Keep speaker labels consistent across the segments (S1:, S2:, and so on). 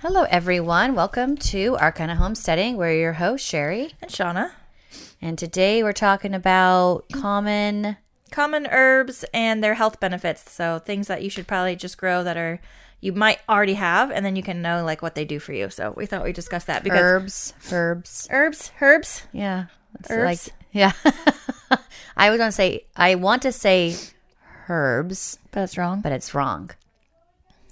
S1: Hello, everyone. Welcome to our kind of homesteading. We're your host, Sherry.
S2: And Shauna.
S1: And today we're talking about common.
S2: Common herbs and their health benefits. So things that you should probably just grow that are you might already have and then you can know like what they do for you. So we thought we'd discuss that because
S1: Herbs, herbs,
S2: herbs, herbs,
S1: yeah, it's
S2: Herbs?
S1: like yeah. I was gonna say I want to say herbs,
S2: But it's wrong.
S1: but it's wrong.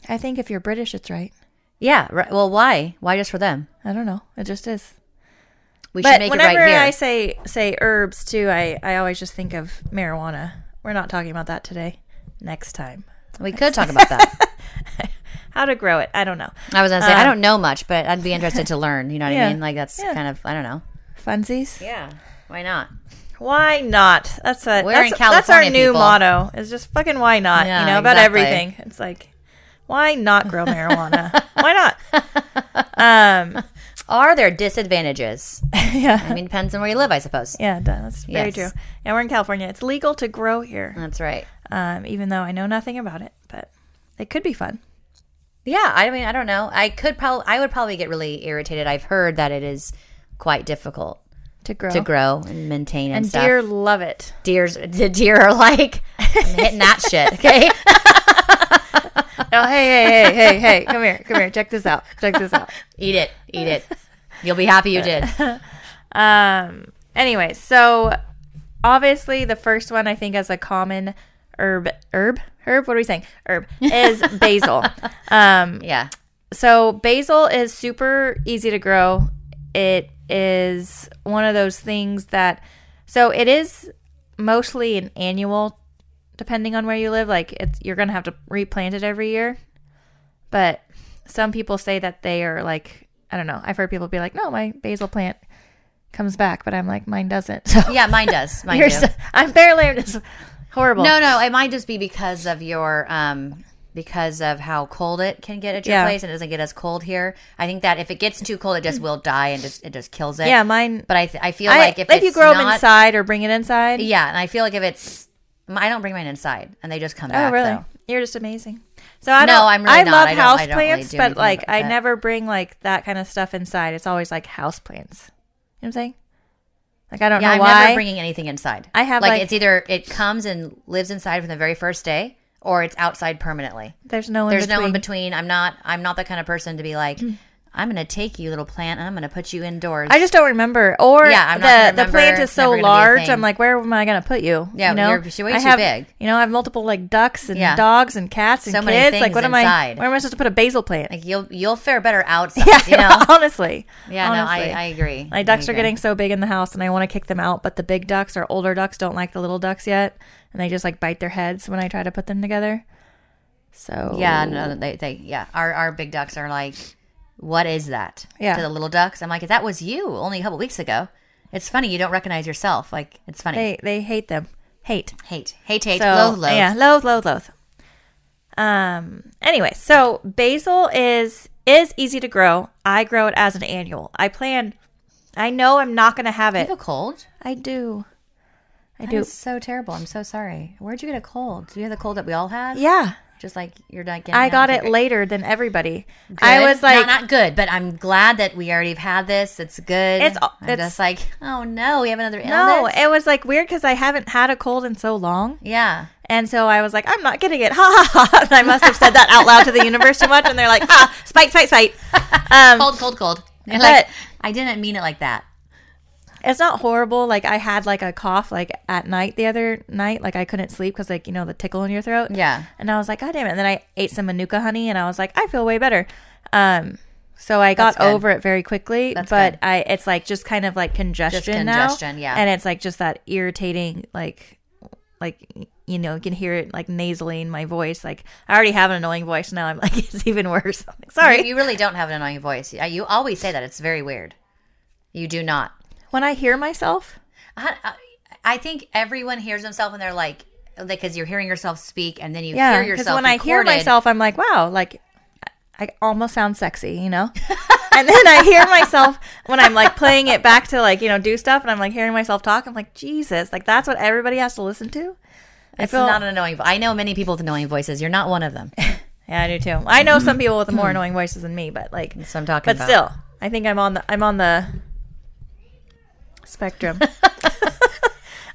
S2: I think if you're British it's right.
S1: Yeah, right. well, why? Why just for them?
S2: I don't know. It just is.
S1: We should
S2: But
S1: make it
S2: whenever
S1: right here.
S2: I say say herbs too, I, I always just think of marijuana. We're not talking about that today. Next time.
S1: we could talk about that.
S2: How to grow it. I don't know.
S1: I was gonna say I don't know much, but I'd be interested to learn. You know what I
S2: Um, Yeah,
S1: mean? Like that's
S2: yeah.
S1: kind of I don't know.
S2: Funsies?
S1: Yeah, why not?
S2: Why not? That's a,
S1: We're
S2: that's,
S1: in
S2: that's our
S1: California,
S2: new
S1: people.
S2: motto. Is just fucking why not?
S1: Yeah,
S2: you know about
S1: exactly.
S2: everything. It's like why not grow marijuana? why not? Um,
S1: Are there disadvantages?
S2: yeah,
S1: I mean, depends on where you live, I suppose.
S2: yeah, done. that's very
S1: Yes.
S2: true. Yeah, we're in California. It's legal to grow here,
S1: That's right.
S2: um, even though I know nothing about it, but it could be fun.
S1: Yeah, I mean, I don't know. I could probably, I would probably get really irritated. I've heard that it is quite difficult
S2: To grow,
S1: to grow and maintain and,
S2: Oh. and
S1: stuff.
S2: deer love it.
S1: Deers, the deer are like "I'm hitting that shit. Okay,
S2: Oh, hey, hey, hey, hey, hey, come here, come here. Check this out. Check this out.
S1: eat it, eat it. You'll be happy you did.
S2: Um. Anyway, so obviously the first one I think as a common herb, herb, herb. What are we saying? Herb is basil. Um.
S1: Yeah,
S2: So basil is super easy to grow. It is one of those things that. So it is mostly an annual, depending on where you live. Like it's you're gonna have to replant it every year, but some people say that they are like I don't know. I've heard people be like, no, my basil plant comes back, but I'm like, mine doesn't. So
S1: yeah. Mine does. Mine
S2: you're
S1: do.
S2: so- I'm barely I'm just horrible.
S1: No, no. It might just be because of your um because of how cold it can get at your
S2: Yeah. Mm.
S1: place. and It doesn't get as cold here. I think that if it gets too cold, it just will die and just it just kills it.
S2: yeah, mine.
S1: But I th- I feel
S2: I,
S1: like
S2: if,
S1: if
S2: you
S1: it's
S2: grow them
S1: not-
S2: inside or bring it inside,
S1: Yeah, and I feel like if it's I don't bring mine inside, and they just come
S2: Oh,
S1: back.
S2: really?
S1: though.
S2: You're just amazing. So I
S1: No,
S2: don't.
S1: I'm really
S2: I
S1: not.
S2: love
S1: I don't- I
S2: house
S1: don't really
S2: plants,
S1: do
S2: but
S1: anything
S2: like
S1: about
S2: I
S1: that.
S2: never bring like that kind of stuff inside. It's always like house plants. You know what I'm saying? Like I don't
S1: Yeah,
S2: know
S1: I'm
S2: why.
S1: never bringing anything inside.
S2: I have,
S1: like,
S2: like-
S1: it's either it comes and lives inside from the very first day, or it's outside permanently.
S2: there's no one.
S1: There's no in between. I'm not. I'm not the kind of person to be like, I'm going to take you, little plant, and I'm going to put you indoors.
S2: Mm. I just don't remember. Or
S1: Yeah, I'm
S2: the
S1: not gonna
S2: the plant
S1: remember.
S2: is
S1: It's
S2: so
S1: never gonna be a
S2: large.
S1: thing.
S2: I'm like, where am I gonna put you?
S1: Yeah,
S2: you know,
S1: you're- you're way
S2: I
S1: too
S2: have,
S1: big.
S2: You know, I have multiple like ducks and
S1: Yeah.
S2: dogs and cats and
S1: So
S2: kids.
S1: many
S2: like,
S1: things
S2: what am I?
S1: inside.
S2: Where am I supposed to put a basil plant?
S1: like you'll you'll fare better outside.
S2: yeah,
S1: you know.
S2: honestly.
S1: Yeah,
S2: honestly.
S1: no, I, I agree.
S2: My ducks
S1: I
S2: are
S1: agree.
S2: getting so big in the house, and I want to kick them out, but the big ducks or older ducks don't like the little ducks yet, and they just like bite their heads when I try to put them together. So
S1: Yeah, no, they, they yeah. Our our big ducks are like, what is that?
S2: Yeah.
S1: To the little ducks, I'm like, that was you only a couple weeks ago. It's funny you don't recognize yourself. Like it's funny.
S2: they they hate them, hate.
S1: hate, hate, hate,
S2: So
S1: loathe, loathe.
S2: yeah, loathe, loathe, loathe. Um. Anyway, so basil is is easy to grow. I grow it as an annual. I plan. I know I'm not going to have
S1: You
S2: it.
S1: have a cold?
S2: I do. I
S1: That
S2: do.
S1: is so terrible. I'm so sorry. Where'd you get a cold? Did you have the cold that we all had?
S2: Yeah,
S1: Just like you're not getting.
S2: I got
S1: okay,
S2: it
S1: great.
S2: later than everybody.
S1: Good.
S2: I was like,
S1: not, not good, but I'm glad that we already have had this. It's good.
S2: It's-
S1: I'm
S2: it's-
S1: just like, oh no, we have another
S2: No,
S1: illness.
S2: it was like weird because I haven't had a cold in so long.
S1: yeah.
S2: And so I was like, I'm not getting it. Ha ha ha. And I must have said that out loud to the universe too much. And they're like, ha, spite, spite, spite. Um,
S1: Cold, cold, cold. And like,
S2: But-
S1: I didn't mean it like that.
S2: it's not horrible. Like I had like a cough like at night the other night. Like I couldn't sleep because like, you know, the tickle in your throat.
S1: Yeah.
S2: And I was like, God damn it. And then I ate some Manuka honey and I was like, I feel way better. Um, so I got
S1: good.
S2: over it very quickly,
S1: That's
S2: but
S1: good.
S2: I it's like just kind of like congestion,
S1: congestion,
S2: now,
S1: yeah.
S2: and it's like just that irritating, like, like you know, you can hear it like nasally in my voice. Like I already have an annoying voice now. I'm like it's even worse. I'm like,
S1: You,
S2: sorry.
S1: you really don't have an annoying voice. You- You always say that. It's very weird. You do not.
S2: When I hear myself,
S1: I, I- I think everyone hears themselves and they're like, because you're hearing yourself speak and then you
S2: yeah,
S1: hear
S2: because
S1: yourself.
S2: when I hear
S1: recorded.
S2: myself, I'm like, wow, like I almost sound sexy, you know? and then I hear myself when I'm like playing it back to like, you know, do stuff and I'm like hearing myself talk. I'm like, Jesus, like that's what everybody has to listen to.
S1: it's
S2: I feel
S1: not an annoying. vo- I know many people with annoying voices. You're not one of them.
S2: Yeah, I do too. I know
S1: Mm-hmm.
S2: some people with more annoying voices than me, but like,
S1: That's what I'm talking
S2: but
S1: about.
S2: still, I think I'm on the I'm on the spectrum.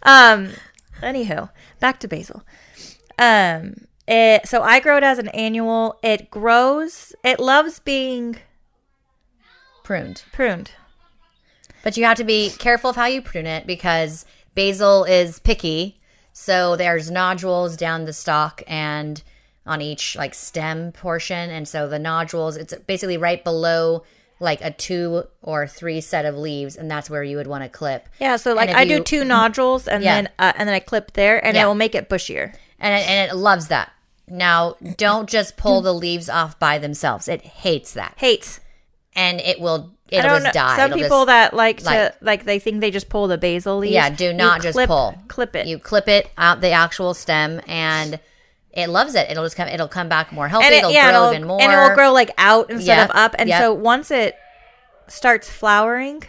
S2: um, anywho, back to basil. Um, it so I grow it as an annual. It grows. It loves being
S1: pruned.
S2: pruned.
S1: But you have to be careful of how you prune it because basil is picky. So there's nodules down the stalk and on each like stem portion. And so the nodules, it's basically right below like a two or three set of leaves. And that's where you would want to clip.
S2: Yeah, so like
S1: if
S2: I
S1: you-
S2: do two nodules and
S1: Yeah.
S2: then uh, and then I clip there and
S1: Yeah.
S2: it will make it bushier.
S1: And it, and it loves that. Now, don't just pull the leaves off by themselves. It hates that.
S2: Hates.
S1: And it will,
S2: I
S1: it'll
S2: don't
S1: just
S2: know.
S1: die.
S2: Some
S1: It'll
S2: people
S1: just-
S2: that like to like,
S1: like-
S2: they think they just pull the basil leaves.
S1: Yeah, do
S2: You
S1: not just
S2: clip-
S1: pull.
S2: Clip it.
S1: You clip it out the actual stem, and it loves it. It'll just come. It'll come back more healthy.
S2: it-
S1: it'll
S2: yeah,
S1: grow
S2: it'll-
S1: even more.
S2: And it will grow like out instead
S1: Yep,
S2: of up. And
S1: yep.
S2: so once it starts flowering,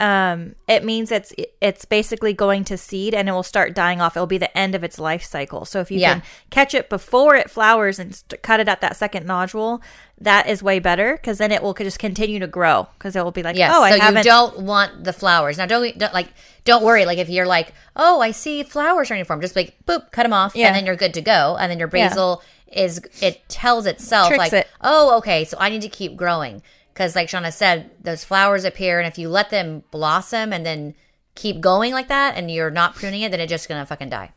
S2: um, it means it's it's basically going to seed and it will start dying off. It'll be the end of its life cycle. So if you
S1: Yeah.
S2: can catch it before it flowers and st- cut it at that second nodule, that is way better because then it will c- just continue to grow because it will be like,
S1: Yes.
S2: oh, I
S1: so you
S2: haven't.
S1: don't want the flowers now. Don't, don't like. Don't worry. Like if you're like, oh, I see flowers starting to form, just like boop, cut them off,
S2: Yeah.
S1: and then you're good to go. And then your
S2: Yeah.
S1: basil is. It tells itself
S2: Tricks
S1: like,
S2: it.
S1: oh, okay, so I need to keep growing because, like Shauna said, those flowers appear, and if you let them blossom and then keep going like that, and you're not pruning it, then it's just gonna fucking die,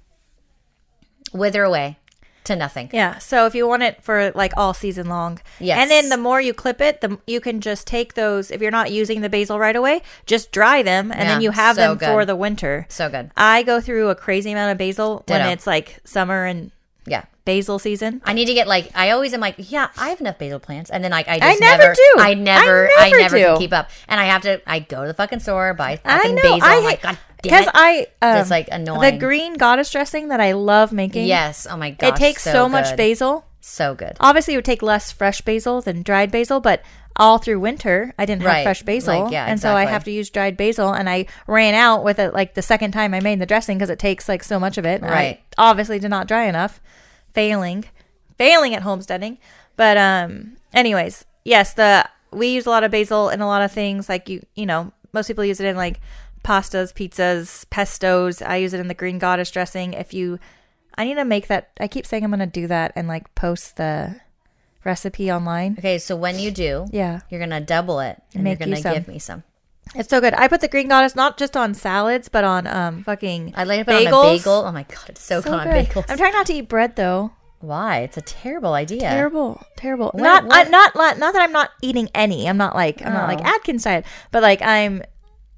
S1: wither away to nothing.
S2: Yeah. So if you want it for like all season long.
S1: Yes.
S2: And then the more you clip it, the you can just take those if you're not using the basil right away, just dry them and then
S1: Yeah,
S2: you have
S1: so
S2: them
S1: good.
S2: for the winter.
S1: So good.
S2: I go through a crazy amount of basil when
S1: Ditto.
S2: it's like summer and
S1: Yeah.
S2: basil season.
S1: I need to get like I always am like yeah I have enough basil plants and then like I just
S2: never do.
S1: I never
S2: I
S1: I
S2: never
S1: never,
S2: do.
S1: can keep up and I have to I go to the fucking store buy fucking basil
S2: I
S1: I'm like
S2: hate
S1: god damn
S2: because
S1: it
S2: I um,
S1: That's, like,
S2: The
S1: annoying.
S2: green goddess dressing that I love making.
S1: yes oh my
S2: It
S1: god
S2: takes so, much basil.
S1: so good
S2: Obviously, it would take less fresh basil than dried basil, but all through winter, I didn't have
S1: Right.
S2: fresh basil,
S1: Like, yeah,
S2: and so I
S1: exactly.
S2: have to use dried basil. And I ran out with it like the second time I made the dressing because it takes like so much of it. and I
S1: Right.
S2: obviously, did not dry enough, failing, failing at homesteading. But um, anyways, yes, the we use a lot of basil in a lot of things. Like you, you know, most people use it in like pastas, pizzas, pestos. I use it in the green goddess dressing. If you, I need to make that. I keep saying I'm gonna do that and like post the recipe online.
S1: okay so when you do
S2: Yeah.
S1: you're gonna double it and
S2: Make
S1: you're
S2: you
S1: gonna
S2: some.
S1: give me some
S2: It's so good. I put the green goddess not just on salads, but on um fucking
S1: I laid it on a
S2: bagels.
S1: bagel oh my god it's so,
S2: So
S1: good on
S2: good.
S1: bagels
S2: I'm trying not to eat bread though.
S1: why it's a terrible idea
S2: Terrible, terrible. not, I-
S1: what- Oh.
S2: not, not, not that I'm not eating any. I'm not like I'm not like Atkins diet, but like I'm,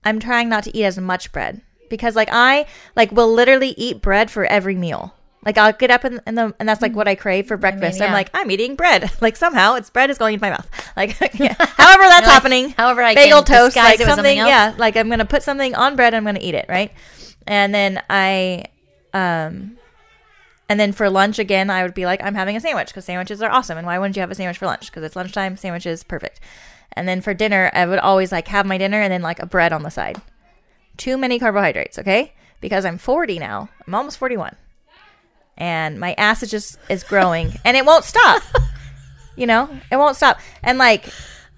S2: I'm trying not to eat as much bread because like I like will literally eat bread for every meal. Like I'll get up and and, the, and that's like what I crave for breakfast. I am
S1: Mm. yeah.
S2: like I'm eating bread. Like somehow it's bread is going into my mouth. Like yeah. however that's
S1: like,
S2: happening.
S1: however I
S2: bagel
S1: can
S2: toast
S1: disguise
S2: like
S1: it with something
S2: something.
S1: else.
S2: Yeah, like I'm gonna put something on bread. I'm gonna eat it right, and then I um, and then for lunch again, I would be like, I'm having a sandwich because sandwiches are awesome. And why wouldn't you have a sandwich for lunch? Because it's lunchtime, sandwiches, perfect. And then for dinner, I would always like have my dinner and then like a bread on the side. Too many carbohydrates, okay? Because I'm 40 now. I'm almost 41. And my ass is just is growing and it won't stop. You know, it won't stop. And like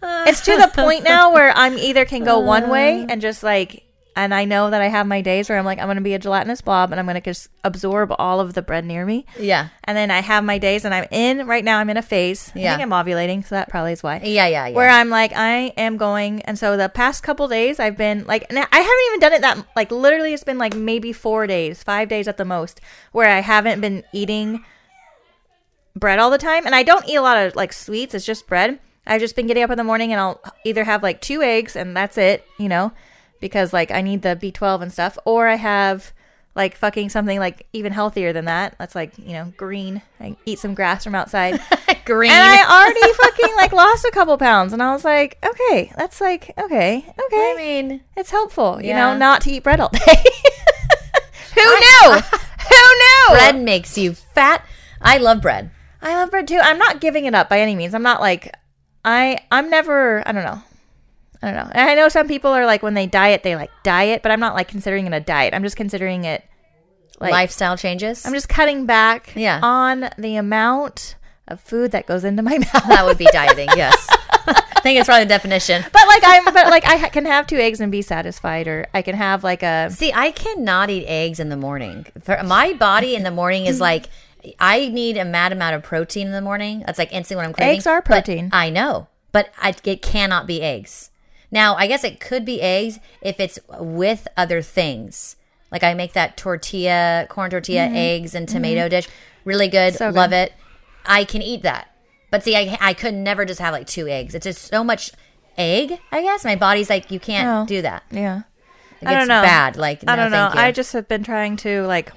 S2: it's to the point now where I'm either can go one way and just like, and I know that I have my days where I'm like, I'm going to be a gelatinous blob and I'm going to just absorb all of the bread near me.
S1: yeah
S2: And then I have my days and I'm in right now, I'm in a phase. I
S1: Yeah.
S2: think I'm ovulating, so that probably is why.
S1: yeah yeah yeah
S2: Where I'm like, I am going. And so the past couple days, I've been like, and I haven't even done it that, like, literally, it's been like maybe four days, five days at the most, where I haven't been eating bread all the time. And I don't eat a lot of like sweets, it's just bread. I've just been getting up in the morning and I'll either have like two eggs and that's it, you know, because like I need the B12 and stuff, or I have like fucking something like even healthier than that. That's like, you know, green. I eat some grass from outside.
S1: green
S2: And I already fucking like lost a couple pounds, and I was like, okay, that's like okay, okay,
S1: I mean
S2: it's helpful, you know,
S1: Yeah.
S2: not to eat bread all day. Who knew? Who knew?
S1: bread makes you fat I love bread
S2: I love bread too. I'm not giving it up by any means. I'm not like I. I'm never. I don't know. I don't know. And I know some people are like when they diet, they like diet, but I'm not like considering it a diet. I'm just considering it like
S1: lifestyle changes
S2: I'm just cutting back
S1: Yeah.
S2: on the amount of food that goes into my mouth.
S1: That would be dieting, yes. I think it's probably the definition.
S2: But like I'm, but like I ha- can have two eggs and be satisfied, or I can have like a.
S1: See, I cannot eat eggs in the morning. For- My body in the morning is like I need a mad amount of protein in the morning. That's like instantly what I'm craving.
S2: Eggs are
S1: But
S2: protein.
S1: I know, but I, it cannot be eggs. Now, I guess it could be eggs if it's with other things. Like I make that tortilla, corn tortilla, eggs and tomato dish. Really good.
S2: Mm-hmm. So
S1: Love
S2: good.
S1: it. I can eat that. But see, I, I could never just have like two eggs. It's just so much egg, I guess. My body's like, you can't
S2: No.
S1: do that.
S2: Yeah.
S1: Like, it's bad. Like
S2: I
S1: no,
S2: don't know.
S1: Thank you.
S2: I just have been trying to like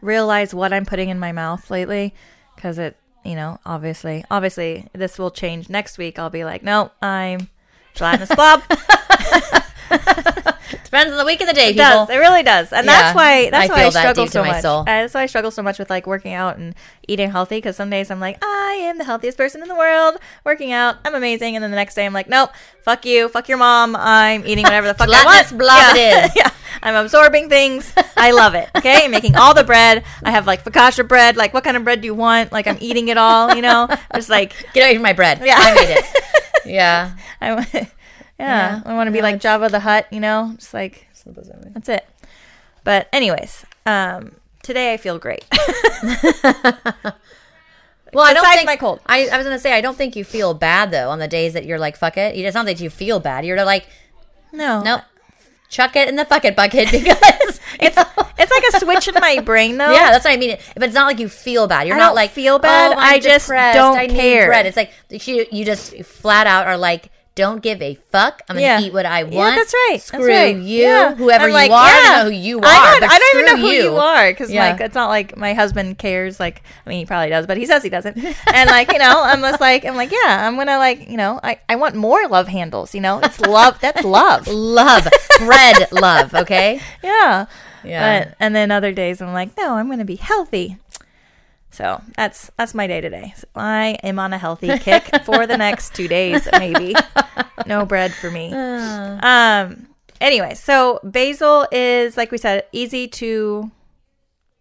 S2: realize what I'm putting in my mouth lately because it, you know, obviously, obviously, this will change next week. I'll be like, no, I'm gelatinous blob.
S1: depends on the week of the day,
S2: It does.
S1: people.
S2: It really does, and
S1: Yeah,
S2: that's why that's
S1: I
S2: why I
S1: feel that
S2: struggle
S1: deep
S2: so
S1: in my
S2: much.
S1: soul.
S2: And That's why I struggle so much with like working out and eating healthy. Because some days I'm like, I am the healthiest person in the world. Working out, I'm amazing. And then the next day I'm like, nope, fuck you, fuck your mom. I'm eating whatever the fuck I
S1: Gelatinous
S2: want.
S1: blob it
S2: yeah.
S1: is.
S2: yeah. I'm absorbing things. I love it. Okay, I'm making all the bread. I have like focaccia bread. Like, what kind of bread do you want? Like, I'm eating it all. You know, just like
S1: Get away from my bread.
S2: Yeah.
S1: I made it. Yeah.
S2: I, wa- yeah,
S1: Yeah.
S2: I want to be
S1: No,
S2: like Java the Hut. You know, just like that's it. But anyways, um, today I feel great.
S1: Well, I don't
S2: Besides
S1: think
S2: my cold.
S1: I, I was gonna say I don't think you feel bad though on the days that you're like fuck it. It's not that you feel bad. You're like
S2: No,
S1: nope, chuck it in the fuck it bucket because
S2: It's it's like a switch in my brain though.
S1: yeah, that's what I mean. But it's not like you feel bad. You're
S2: I
S1: not
S2: don't
S1: like
S2: feel bad.
S1: "Oh, I'm
S2: I just
S1: depressed.
S2: don't
S1: I need
S2: care."
S1: bread." It's like you you just flat out are like. Don't give a fuck. I'm gonna
S2: Yeah.
S1: eat what I want.
S2: Yeah, that's right. That's
S1: Screw
S2: right.
S1: you,
S2: Yeah.
S1: whoever
S2: I'm
S1: you
S2: like,
S1: are. I
S2: yeah.
S1: don't know who you are.
S2: I
S1: but
S2: don't, I don't even
S1: screw
S2: know who you, are because
S1: Yeah.
S2: like it's not like my husband cares. Like I mean, he probably does, but he says he doesn't. And like you know, I'm just like I'm like yeah, I'm gonna like you know, I I want more love handles. You know, it's love. That's love.
S1: Love, bread, love. Okay.
S2: Yeah.
S1: Yeah.
S2: But, and then other days I'm like, no, I'm going to be healthy. So that's that's my day today. So I am on a healthy kick for the next two days, maybe. No bread for me.
S1: Ah.
S2: Um. Anyway, so basil is like we said, easy to.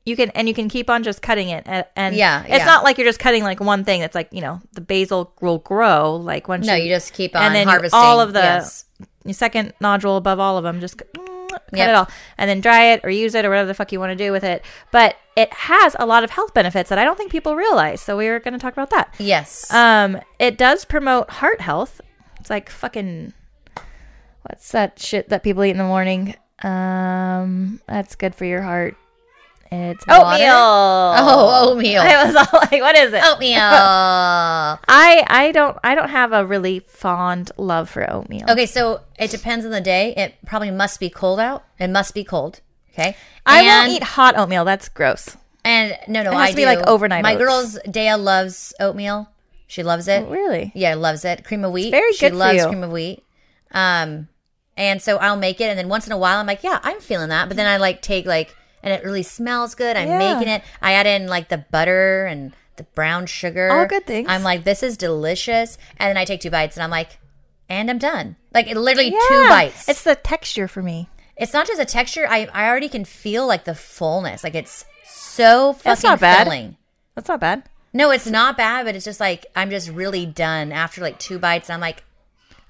S2: You can and you can keep on just cutting it, a- and
S1: Yeah,
S2: it's
S1: yeah.
S2: not like you're just cutting like one thing. It's like you know the basil will grow like once.
S1: No, you just keep on
S2: and then you-
S1: harvesting
S2: all of the
S1: Yes.
S2: your second nodule above all of them. Just c- mm, cut
S1: Yep.
S2: it all and then dry it or use it or whatever the fuck you want to do with it. But it has a lot of health benefits that I don't think people realize. So we were going to talk about that.
S1: Yes.
S2: Um, it does promote heart health. It's like fucking what's that shit that people eat in the morning? Um, that's good for your heart. It's
S1: Water?
S2: oatmeal.
S1: oh, oatmeal. Oh.
S2: I was all like, what is it?
S1: oatmeal.
S2: I I don't I don't have a really fond love for oatmeal.
S1: okay, so it depends on the day. It probably must be cold out. It must be cold. Okay.
S2: I
S1: and,
S2: won't eat hot oatmeal. That's gross.
S1: And no, no,
S2: It has
S1: I
S2: to be,
S1: do.
S2: like, overnight
S1: My
S2: oats. Oh,
S1: girl's Dea loves oatmeal. She loves it.
S2: Really?
S1: Yeah, loves it. Cream of wheat.
S2: very
S1: she
S2: good for
S1: loves
S2: you.
S1: cream of wheat. Um, and so I'll make it, and then once in a while, I'm like, yeah, I'm feeling that. But then I like take like, and it really smells good. I'm
S2: Yeah.
S1: making it. I add in like the butter and the brown sugar.
S2: All good things.
S1: I'm like, this is delicious. And then I take two bites, and I'm like, and I'm done. Like it literally two
S2: Yeah.
S1: bites.
S2: It's
S1: It's
S2: the texture for me.
S1: it's not just a texture. I I already can feel like the fullness. Like it's so fucking
S2: That's not bad.
S1: filling.
S2: That's not bad.
S1: No, it's not bad, but it's just like I'm just really done after like two bites, and I'm like,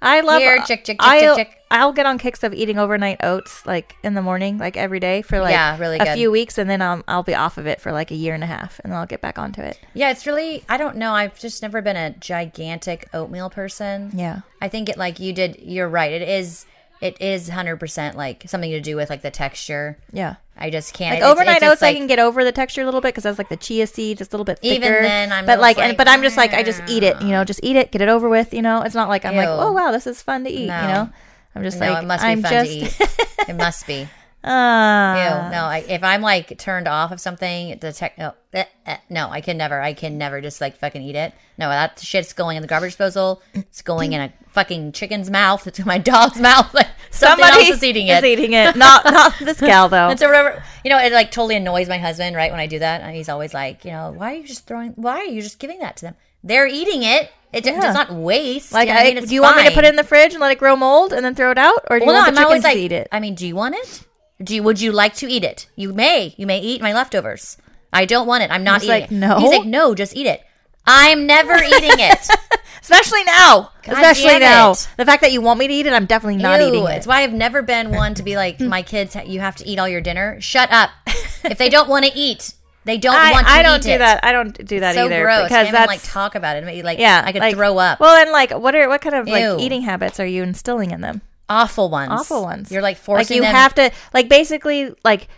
S2: I love
S1: Here, chick, chick, chick,
S2: I'll,
S1: chick, chick.
S2: I'll get on kicks of eating overnight oats like in the morning, like every day for like
S1: Yeah, really
S2: a
S1: good.
S2: few weeks, and then I'll, I'll be off of it for like a year and a half, and then I'll get back onto it.
S1: Yeah, it's really I don't know. I've just never been a gigantic oatmeal person.
S2: Yeah.
S1: I think it like you did you're right. It is it is 100% like something to do with like the texture.
S2: Yeah.
S1: I just can't.
S2: Like
S1: It's- it's
S2: overnight
S1: just,
S2: oats,
S1: like-
S2: I can get over the texture a little bit because that's like the chia seed, just a little bit thicker.
S1: Even then, I'm
S2: but
S1: just
S2: like, and,
S1: like,
S2: but I'm just like, I just eat it, you know, just eat it, get it over with, you know. It's not like I'm like,
S1: Ew.
S2: oh wow, this is fun to eat,
S1: No.
S2: you know. I'm just
S1: No,
S2: like,
S1: it must be
S2: I'm
S1: fun
S2: just,
S1: to eat. it must be. Ew.
S2: Ah.
S1: no, I, if I'm like turned off of something, the tech no, eh, eh, no, I can never. I can never just like fucking eat it. No, that shit's going in the garbage disposal. It's going in a fucking chicken's mouth. It's in my dog's mouth. Like something
S2: Somebody
S1: else is eating it.
S2: Is eating it. Not not this gal though.
S1: And so whatever, you know, it like totally annoys my husband, right? When I do that, and he's always like, you know, why are you just throwing? Why are you just giving that to them? They're eating it. It does
S2: Yeah.
S1: not waste.
S2: Like,
S1: you know what
S2: I,
S1: I mean? It's
S2: do you want me to put
S1: fine.
S2: it in the fridge and let it grow mold and then throw it out, or do you
S1: Well, no,
S2: want
S1: I'm
S2: the chickens
S1: always
S2: to
S1: like,
S2: eat it?
S1: I mean, do you want it? Do you, would you like to eat it? You may. You may eat my leftovers. I don't want it. I'm not
S2: He's
S1: eating
S2: like,
S1: it.
S2: "No."
S1: He's like, no, just eat it. I'm never eating it.
S2: Especially now. Especially
S1: damn
S2: now.
S1: it.
S2: The fact that you want me to eat it, I'm definitely not
S1: Ew,
S2: eating it.
S1: It's why I've never been one to be like my kids. ha- You have to eat all your dinner. Shut up. If they don't want to eat, they don't
S2: I,
S1: want to
S2: I
S1: eat
S2: don't do
S1: it.
S2: that. I don't do that
S1: so
S2: either
S1: gross.
S2: because
S1: Can't even,
S2: that's
S1: like talk about it. Maybe, Like
S2: yeah.
S1: I could
S2: like-
S1: throw up.
S2: Well, and like what are what kind of
S1: Ew.
S2: like eating habits are you instilling in them?
S1: awful ones.
S2: Awful ones.
S1: You're like forcing
S2: Like you
S1: them.
S2: have to like basically like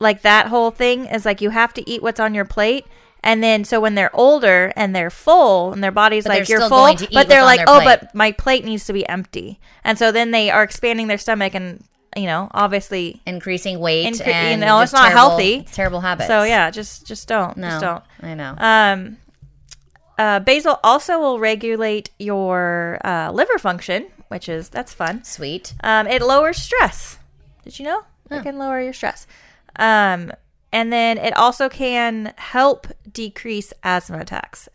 S2: like that whole thing is like you have to eat what's on your plate. And then, so when they're older and they're full, and their body's
S1: they're
S2: like, "You're
S1: still
S2: full,"
S1: going to eat
S2: but they're
S1: what's on
S2: like, "Oh,
S1: their plate."
S2: but my plate needs to be empty." And so then they are expanding their stomach, and you know, obviously
S1: increasing weight.
S2: Incre- you
S1: and
S2: know, it's
S1: just
S2: not
S1: terrible-
S2: healthy.
S1: it's Terrible habits.
S2: So yeah, just just don't.
S1: No,
S2: Just don't.
S1: I know.
S2: Um uh, basil also will regulate your uh, liver function, which is that's fun.
S1: Sweet.
S2: Um, it lowers stress. Did you know it can lower your stress? Um, and then it also can help decrease asthma attacks.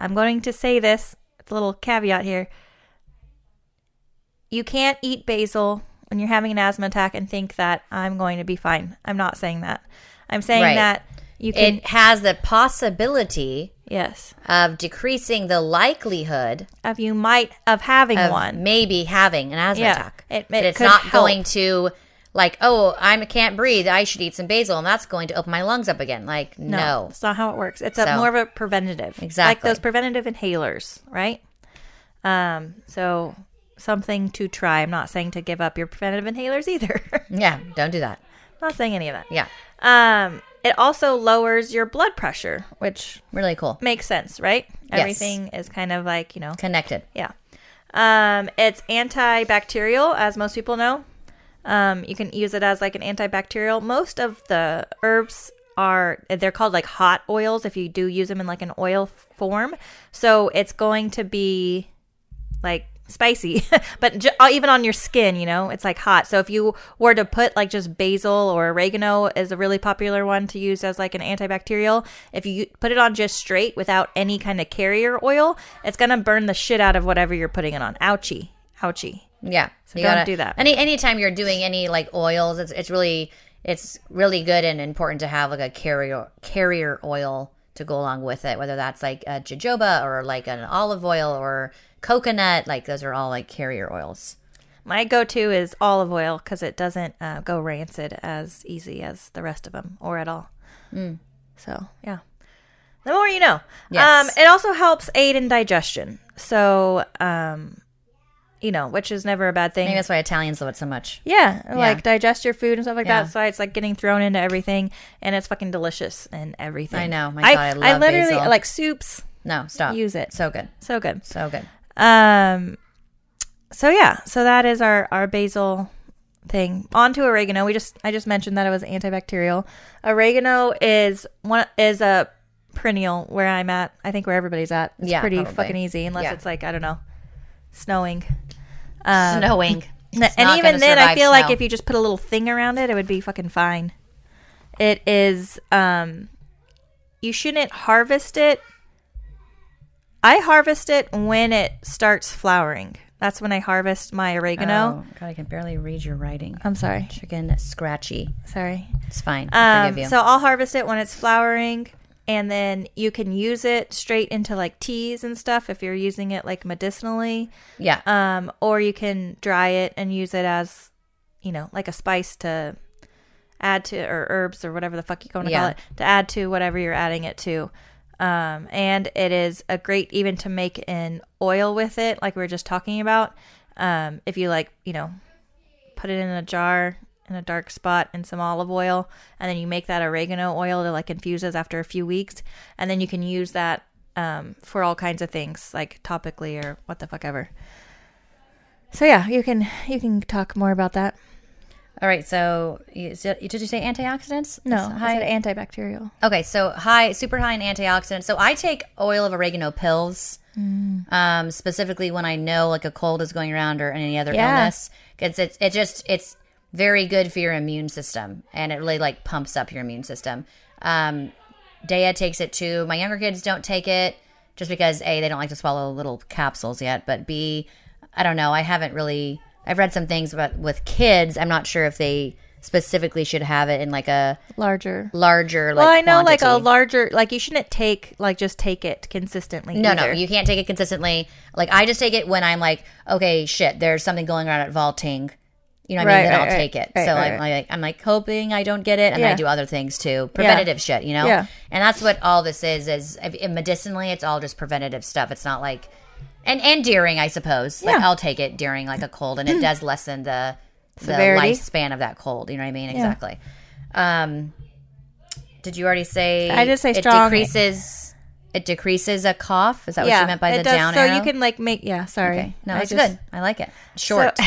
S2: I'm going to say this it's a little caveat here. You can't eat basil when you're having an asthma attack and think that I'm going to be fine. I'm not saying that. I'm saying
S1: Right.
S2: that you can.
S1: It has the possibility
S2: yes,
S1: of decreasing the likelihood
S2: of you might of having
S1: of
S2: one.
S1: maybe having an asthma
S2: Yeah,
S1: attack.
S2: it- it
S1: But it's
S2: could
S1: not
S2: help.
S1: going to like, oh, I can't breathe. I should eat some basil, and that's going to open my lungs up again. Like, no,
S2: it's not how it works. It's a
S1: So-
S2: more of a preventative, like
S1: Exactly.
S2: those preventative inhalers, right? Um, so something to try. I'm not saying to give up your preventative inhalers either.
S1: yeah, don't do that.
S2: not saying any of that.
S1: Yeah,
S2: Um, it also lowers your blood pressure, which
S1: really cool.
S2: makes sense, right?
S1: Yes.
S2: Everything is kind of like you know,
S1: Connected.
S2: yeah. Um, it's antibacterial, as most people know. Um, you can use it as like an antibacterial. Most of the herbs are they're called like hot oils if you do use them in like an oil form. So it's going to be like spicy, but j- even on your skin, you know, it's like hot. So if you were to put like just basil or oregano is a really popular one to use as like an antibacterial. If you put it on just straight without any kind of carrier oil, it's gonna burn the shit out of whatever you're putting it on. Ouchie, ouchie.
S1: Yeah, so
S2: don't do that.
S1: Any anytime you're doing any like oils, it's it's really it's really good and important to have like a carrier carrier oil to go along with it, whether that's like a jojoba or like an olive oil or coconut. Like those are all like carrier oils.
S2: My go-to is olive oil because it doesn't uh, go rancid as easy as the rest of them or at all.
S1: Mm.
S2: So yeah, the more you know.
S1: Yes.
S2: Um, it also helps aid in digestion. So um, you know, which is never a bad thing.
S1: Maybe that's why Italians love it so much.
S2: yeah, like digest your food and stuff like
S1: Yeah.
S2: that. So it's like getting thrown into everything, and it's fucking delicious and everything.
S1: I know. My God, I love
S2: literally
S1: basil.
S2: like soups.
S1: No, stop.
S2: Use it.
S1: So good.
S2: So good.
S1: So good.
S2: Um. So yeah, so that is our our basil thing. On to oregano. We just I just mentioned that it was antibacterial. Oregano is one is a perennial where I'm at. I think where everybody's at. It's
S1: Yeah,
S2: pretty
S1: probably.
S2: fucking easy unless
S1: Yeah.
S2: it's like I don't know, snowing. Um,
S1: Snowing. It's
S2: and
S1: not
S2: even
S1: gonna
S2: then, I
S1: survive
S2: feel like
S1: snow.
S2: if you just put a little thing around it, it would be fucking fine. It is. Um, you shouldn't harvest it. I harvest it when it starts flowering. That's when I harvest my oregano.
S1: Oh, God, I can barely read your writing.
S2: I'm sorry.
S1: Chicken scratchy.
S2: Sorry.
S1: It's fine. I
S2: Um,
S1: forgive you.
S2: so I'll harvest it when it's flowering, and then you can use it straight into like teas and stuff if you're using it like medicinally.
S1: yeah.
S2: um, or you can dry it and use it as, you know, like a spice to add to or herbs or whatever the fuck you want to
S1: Yeah.
S2: call it to add to whatever you're adding it to. Um, and it is a great even to make an oil with it, like we were just talking about. Um, if you like, you know, put it in a jar in a dark spot and some olive oil, and then you make that oregano oil that like infuses after a few weeks, and then you can use that um, for all kinds of things, like topically or what the fuck ever. So yeah, you can you can talk more about that.
S1: all right. So, you, so- did you say antioxidants?
S2: No,
S1: It's
S2: I
S1: high
S2: said antibacterial.
S1: Okay, so high, super high in antioxidants. So I take oil of oregano pills,
S2: Mm.
S1: um, specifically when I know like a cold is going around or any other
S2: Yeah.
S1: illness. Because it's it just it's very good for your immune system, and it really like pumps up your immune system. Um, Dea takes it too. My younger kids don't take it just because a they don't like to swallow little capsules yet, but b I don't know. I haven't really. I've read some things about with kids. I'm not sure if they specifically should have it in like a
S2: larger.
S1: larger like
S2: well, I know like a
S1: quantity.
S2: larger like you shouldn't take like just take it consistently.
S1: No, no,
S2: either.
S1: you can't take it consistently. Like I just take it when I'm like, okay, shit, there's something going on at Vaulting. You know what I mean?
S2: Right,
S1: Then
S2: right,
S1: I'll
S2: right,
S1: take it.
S2: right,
S1: so
S2: right,
S1: I'm
S2: right.
S1: like, I'm like hoping I don't get it, and then
S2: Yeah.
S1: I do other things too, preventative shit. You know?
S2: Yeah.
S1: And that's what all this is. Is if- medicinally, it's all just preventative stuff. It's not like, and and during, I suppose. Like
S2: Yeah.
S1: I'll take it during like a cold, and it does lessen the the
S2: Severity.
S1: lifespan of that cold. You know what I mean? Exactly. Um, did you already say?
S2: I just say
S1: it
S2: strong-
S1: decreases. It decreases a cough. Is that what you meant by
S2: it
S1: the
S2: does-
S1: down
S2: so
S1: arrow?
S2: you can like make yeah sorry
S1: Okay. No,
S2: I
S1: it's
S2: just-
S1: good. I like it.
S2: so-
S1: Short.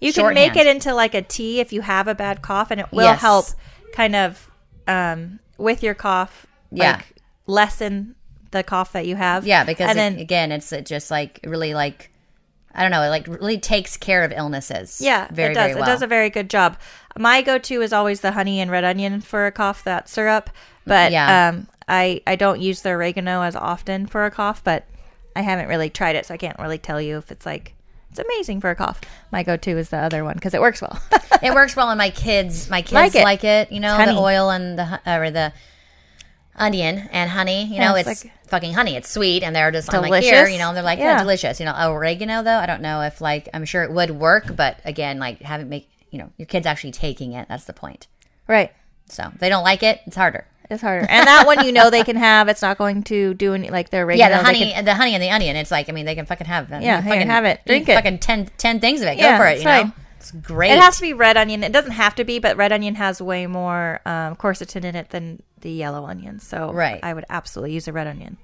S2: you can make
S1: Shorthand.
S2: it into like a tea if you have a bad cough and it will
S1: Yes.
S2: help kind of um with your cough
S1: Yeah.
S2: like lessen the cough that you have
S1: yeah, because
S2: and
S1: it-
S2: then
S1: again, it's it just like really like I don't know. It like really takes care of illnesses.
S2: yeah
S1: very
S2: it does
S1: very well.
S2: it does a very good job my go-to is always the honey and red onion for a cough that syrup but
S1: Yeah.
S2: um I I don't use the oregano as often for a cough but I haven't really tried it so I can't really tell you if it's like it's amazing for a cough. My go-to is the other one because it works well.
S1: it works well, and my kids, my kids
S2: Like
S1: like
S2: it.
S1: it. You know,
S2: It's
S1: the
S2: honey.
S1: oil and the hu- or the onion and honey. You
S2: Yeah,
S1: know,
S2: it's
S1: it's,
S2: like-
S1: fucking honey. It's sweet, and they're just I'm like
S2: Delicious.
S1: here. You know, and they're like yeah.
S2: Yeah.
S1: delicious. You know, oregano though. I don't know if like I'm sure it would work, but again, like haven't make you know your kids actually taking it. That's the point.
S2: right.
S1: So if they don't like it. It's harder.
S2: It's harder. And that one you know they can have. It's not going to do any like their
S1: Yeah,
S2: regular.
S1: the honey, the honey and the onion. It's like I mean, they can fucking have.
S2: Yeah,
S1: you
S2: hey,
S1: fucking
S2: have it.
S1: you can
S2: Drink it.
S1: Fucking 10, 10 things of it. Go
S2: Yeah,
S1: for it.
S2: it's
S1: You
S2: fine.
S1: know, it's great.
S2: it has to be red onion. It doesn't have to be, but red onion has way more um, quercetin in it than the yellow onion. So
S1: Right.
S2: I would absolutely use a red onion.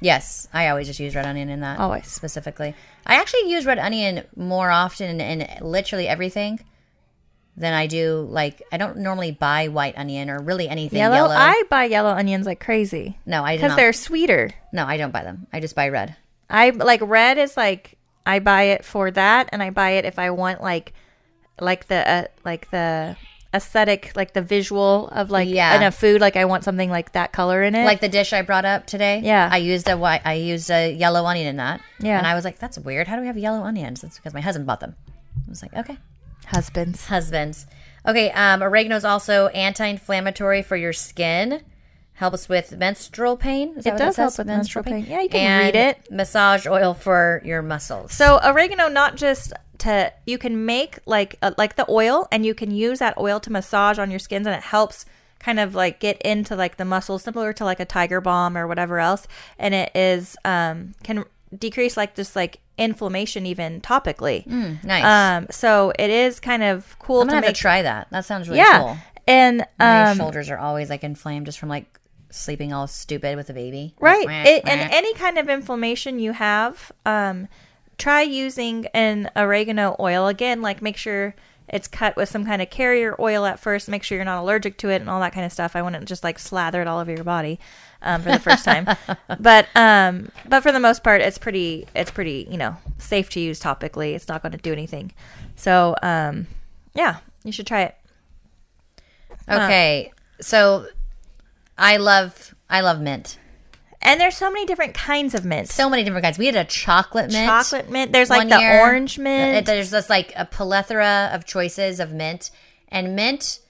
S1: Yes, I always just use red onion in that.
S2: Always.
S1: specifically. I actually use red onion more often in, in literally everything than I do. Like I don't normally buy white onion or really anything
S2: Yellow,
S1: yellow.
S2: I buy yellow onions like crazy
S1: no, I do
S2: because
S1: not.
S2: they're sweeter.
S1: No, I don't buy them. I just buy red.
S2: I like red is like I buy it for that, and I buy it if I want like like the uh, like the aesthetic, like the visual of like
S1: Yeah.
S2: in a food. Like I want something like that color in it.
S1: Like the dish I brought up today.
S2: Yeah.
S1: I used a white. I used a yellow onion in that.
S2: Yeah.
S1: and I was like, that's weird. How do we have yellow onions? That's because my husband bought them. I was like, okay.
S2: husbands.
S1: husbands. Okay, um, oregano is also anti-inflammatory for your skin. Helps with menstrual pain. Is that
S2: It
S1: what
S2: does help
S1: says?
S2: with menstrual pain. Yeah, you can
S1: and
S2: read it.
S1: Massage oil for your muscles.
S2: So oregano, not just to you can make like uh, like the oil, and you can use that oil to massage on your skins, and it helps kind of like get into like the muscles, similar to like a tiger balm or whatever else, and it is um can decrease like just like inflammation even topically.
S1: nice.
S2: Um, so it is kind of
S1: Mm.
S2: cool
S1: I'm
S2: to
S1: gonna have
S2: make.
S1: to try that. That sounds really
S2: yeah,
S1: cool.
S2: and
S1: My
S2: um,
S1: shoulders are always like inflamed just from like sleeping all stupid with a baby.
S2: right
S1: Like,
S2: it,
S1: meh,
S2: and
S1: meh.
S2: any kind of inflammation you have um try using an oregano oil again like make sure it's cut with some kind of carrier oil at first make sure you're not allergic to it and all that kind of stuff i wouldn't just like slather it all over your body um, for the first time but um but for the most part it's pretty it's pretty you know safe to use topically it's not going to do anything so um yeah you should try it
S1: okay. So I love I love mint.
S2: and there's so many different kinds of mint
S1: So many different kinds. We had a chocolate mint.
S2: chocolate mint there's like
S1: one
S2: the
S1: year.
S2: orange mint
S1: It- there's just like a plethora of choices of mint, and mint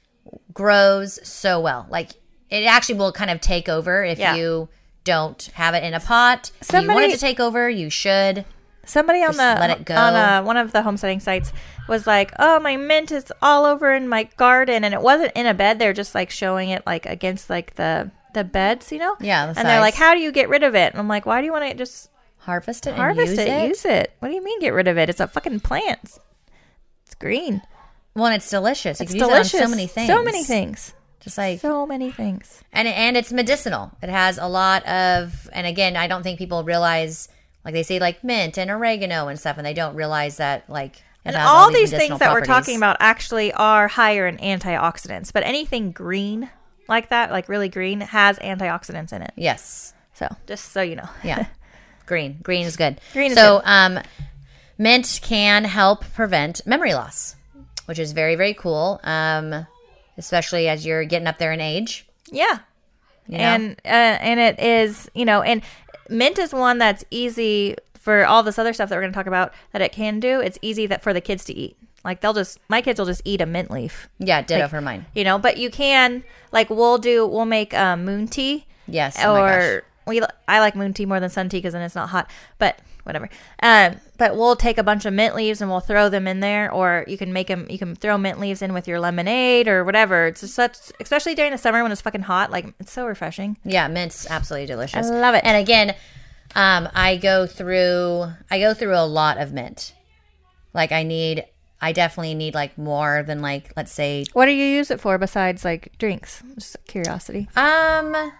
S1: grows so well. Like it actually will kind of take over if
S2: Yeah.
S1: you don't have it in a pot. if you want
S2: Somebody-
S1: it to take over, you should.
S2: Somebody on the
S1: let it go.
S2: on uh one of the homesteading sites was like, "Oh, my mint is all over in my garden," and it wasn't in a bed. They're just like showing it like against like the the beds, you know?
S1: Yeah, the
S2: and they're like,
S1: sides.
S2: "How do you get rid of it?" And I'm like, "Why do you want to just
S1: Harvest it, and
S2: harvest
S1: use
S2: it,
S1: it.
S2: Use it? What do you mean get rid of it? It's a fucking plant. It's- It's green.
S1: Well, and it's delicious. You
S2: It's
S1: can
S2: delicious.
S1: Use it on so many things.
S2: So many things.
S1: Just like
S2: So many things.
S1: and and it's medicinal. It has a lot of and again, I don't think people realize like they say like mint and oregano and stuff, and they don't realize that like it
S2: And
S1: has
S2: all, these things
S1: medicinal
S2: that we're
S1: properties.
S2: talking about actually are higher in antioxidants, but anything green like that, like really green, has antioxidants in it.
S1: Yes.
S2: So just so you know.
S1: Yeah. Green. Green is good.
S2: Green is
S1: so, um, mint can help prevent memory loss, which is very, very cool, um, especially as you're getting up there in age.
S2: Yeah. And uh, and it is, you know, and mint is one that's easy for all this other stuff that we're going to talk about that it can do. It's easy that for the kids to eat. Like they'll just my kids will just eat a mint leaf,
S1: Yeah, ditto for mine.
S2: you know. But you can like we'll do we'll make um, moon tea
S1: Yes. oh my gosh.
S2: or we I like moon tea more than sun tea because then it's not hot. But whatever. Um, but we'll take a bunch of mint leaves and we'll throw them in there, or you can make them. You can throw mint leaves in with your lemonade or whatever. It's just such, especially during the summer when it's fucking hot. Like it's so refreshing.
S1: Yeah, mint's absolutely delicious.
S2: I love it.
S1: And again, um, I go through I go through a lot of mint. Like I need I definitely need like more than like let's say
S2: What do you use it for besides like drinks? Just curiosity.
S1: um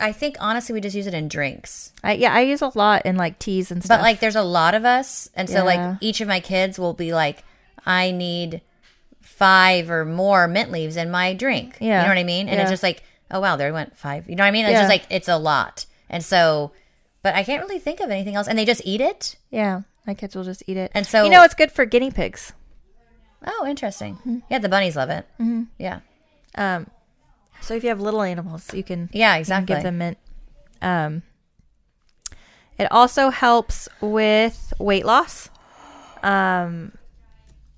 S1: I think honestly we just use it in drinks.
S2: I, yeah, I use a lot in like teas and stuff.
S1: But like there's a lot of us and so
S2: Yeah.
S1: like each of my kids will be like I need five or more mint leaves in my drink.
S2: Yeah.
S1: You know what I mean? And
S2: Yeah.
S1: it's just like, oh wow, there went five. You know what I mean? It's
S2: Yeah.
S1: just like it's a lot. And so but I can't really think of anything else. And they just eat it?
S2: yeah, my kids will just eat it.
S1: And so-
S2: you know, it's good for guinea pigs.
S1: Oh, interesting.
S2: Mm-hmm.
S1: Yeah, the bunnies love it. Mm-hmm. Yeah.
S2: Um, so if you have little animals, you can
S1: Yeah,
S2: and
S1: exactly.
S2: give them mint. Um, it also helps with weight loss. Um,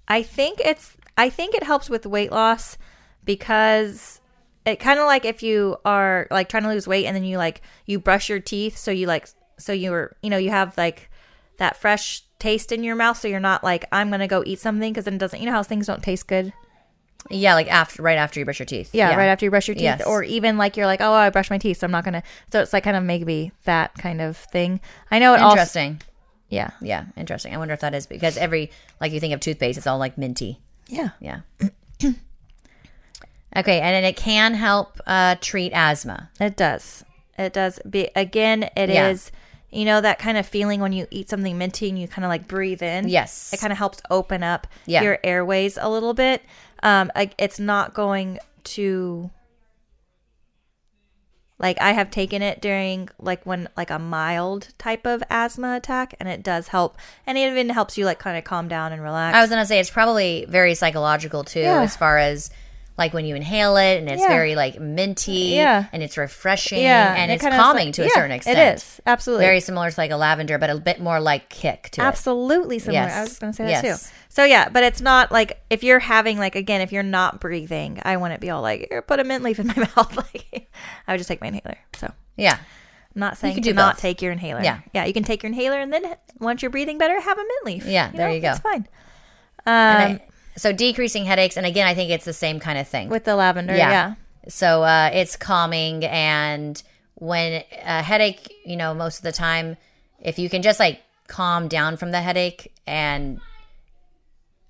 S2: I think it's I think it helps with weight loss because it kind of like if you are like trying to lose weight and then you like you brush your teeth so you like so you're you know you have like that fresh taste in your mouth so you're not like I'm gonna go eat something because then it doesn't you know how things don't taste good
S1: yeah, like after right after you brush your teeth.
S2: yeah, right after you brush your teeth,
S1: Yes.
S2: or even like you're like, oh, I brushed my teeth, so I'm not gonna. So it's like kind of maybe that kind of thing. I know it also.
S1: Interesting.
S2: Yeah,
S1: yeah, interesting. I wonder if that is because every like you think of toothpaste, it's all like minty.
S2: yeah.
S1: Yeah. okay, and then it can help uh, treat asthma.
S2: It does. It does. Be again, It is.
S1: Yeah.
S2: You know that kind of feeling when you eat something minty and you kind of like breathe in.
S1: Yes.
S2: it kind of helps open up
S1: Yeah.
S2: your airways a little bit. Um, like, it's not going to. Like I have taken it during like when like a mild type of asthma attack, and it does help, and it even helps you like kind of calm down and relax.
S1: I was gonna say it's probably very psychological too,
S2: Yeah.
S1: as far as like when you inhale it and it's
S2: Yeah.
S1: very like minty
S2: Yeah.
S1: and it's refreshing and
S2: it
S1: it's
S2: kinda
S1: calming
S2: like-
S1: to a
S2: yeah,
S1: certain extent.
S2: It is absolutely
S1: Very similar to like a lavender, but a bit more like kick to it.
S2: absolutely similar. I
S1: Yes.
S2: was going to say that
S1: Yes.
S2: too. So yeah, but it's not like if you're having like again, if you're not breathing, I wouldn't be all like "Here, put a mint leaf in my mouth. Like I would just take my inhaler. So I'm
S1: Yeah.
S2: not saying
S1: can
S2: to
S1: do
S2: not
S1: both.
S2: take your inhaler.
S1: Yeah.
S2: yeah, you can take your inhaler and then once you're breathing better, have a mint leaf.
S1: Yeah, there you go.
S2: It's fine.
S1: And
S2: Um,
S1: I- so decreasing headaches, and again, I think it's the same kind of thing.
S2: with the lavender,
S1: Yeah.
S2: yeah.
S1: So uh, it's calming, and when a headache, you know, most of the time, if you can just like calm down from the headache, and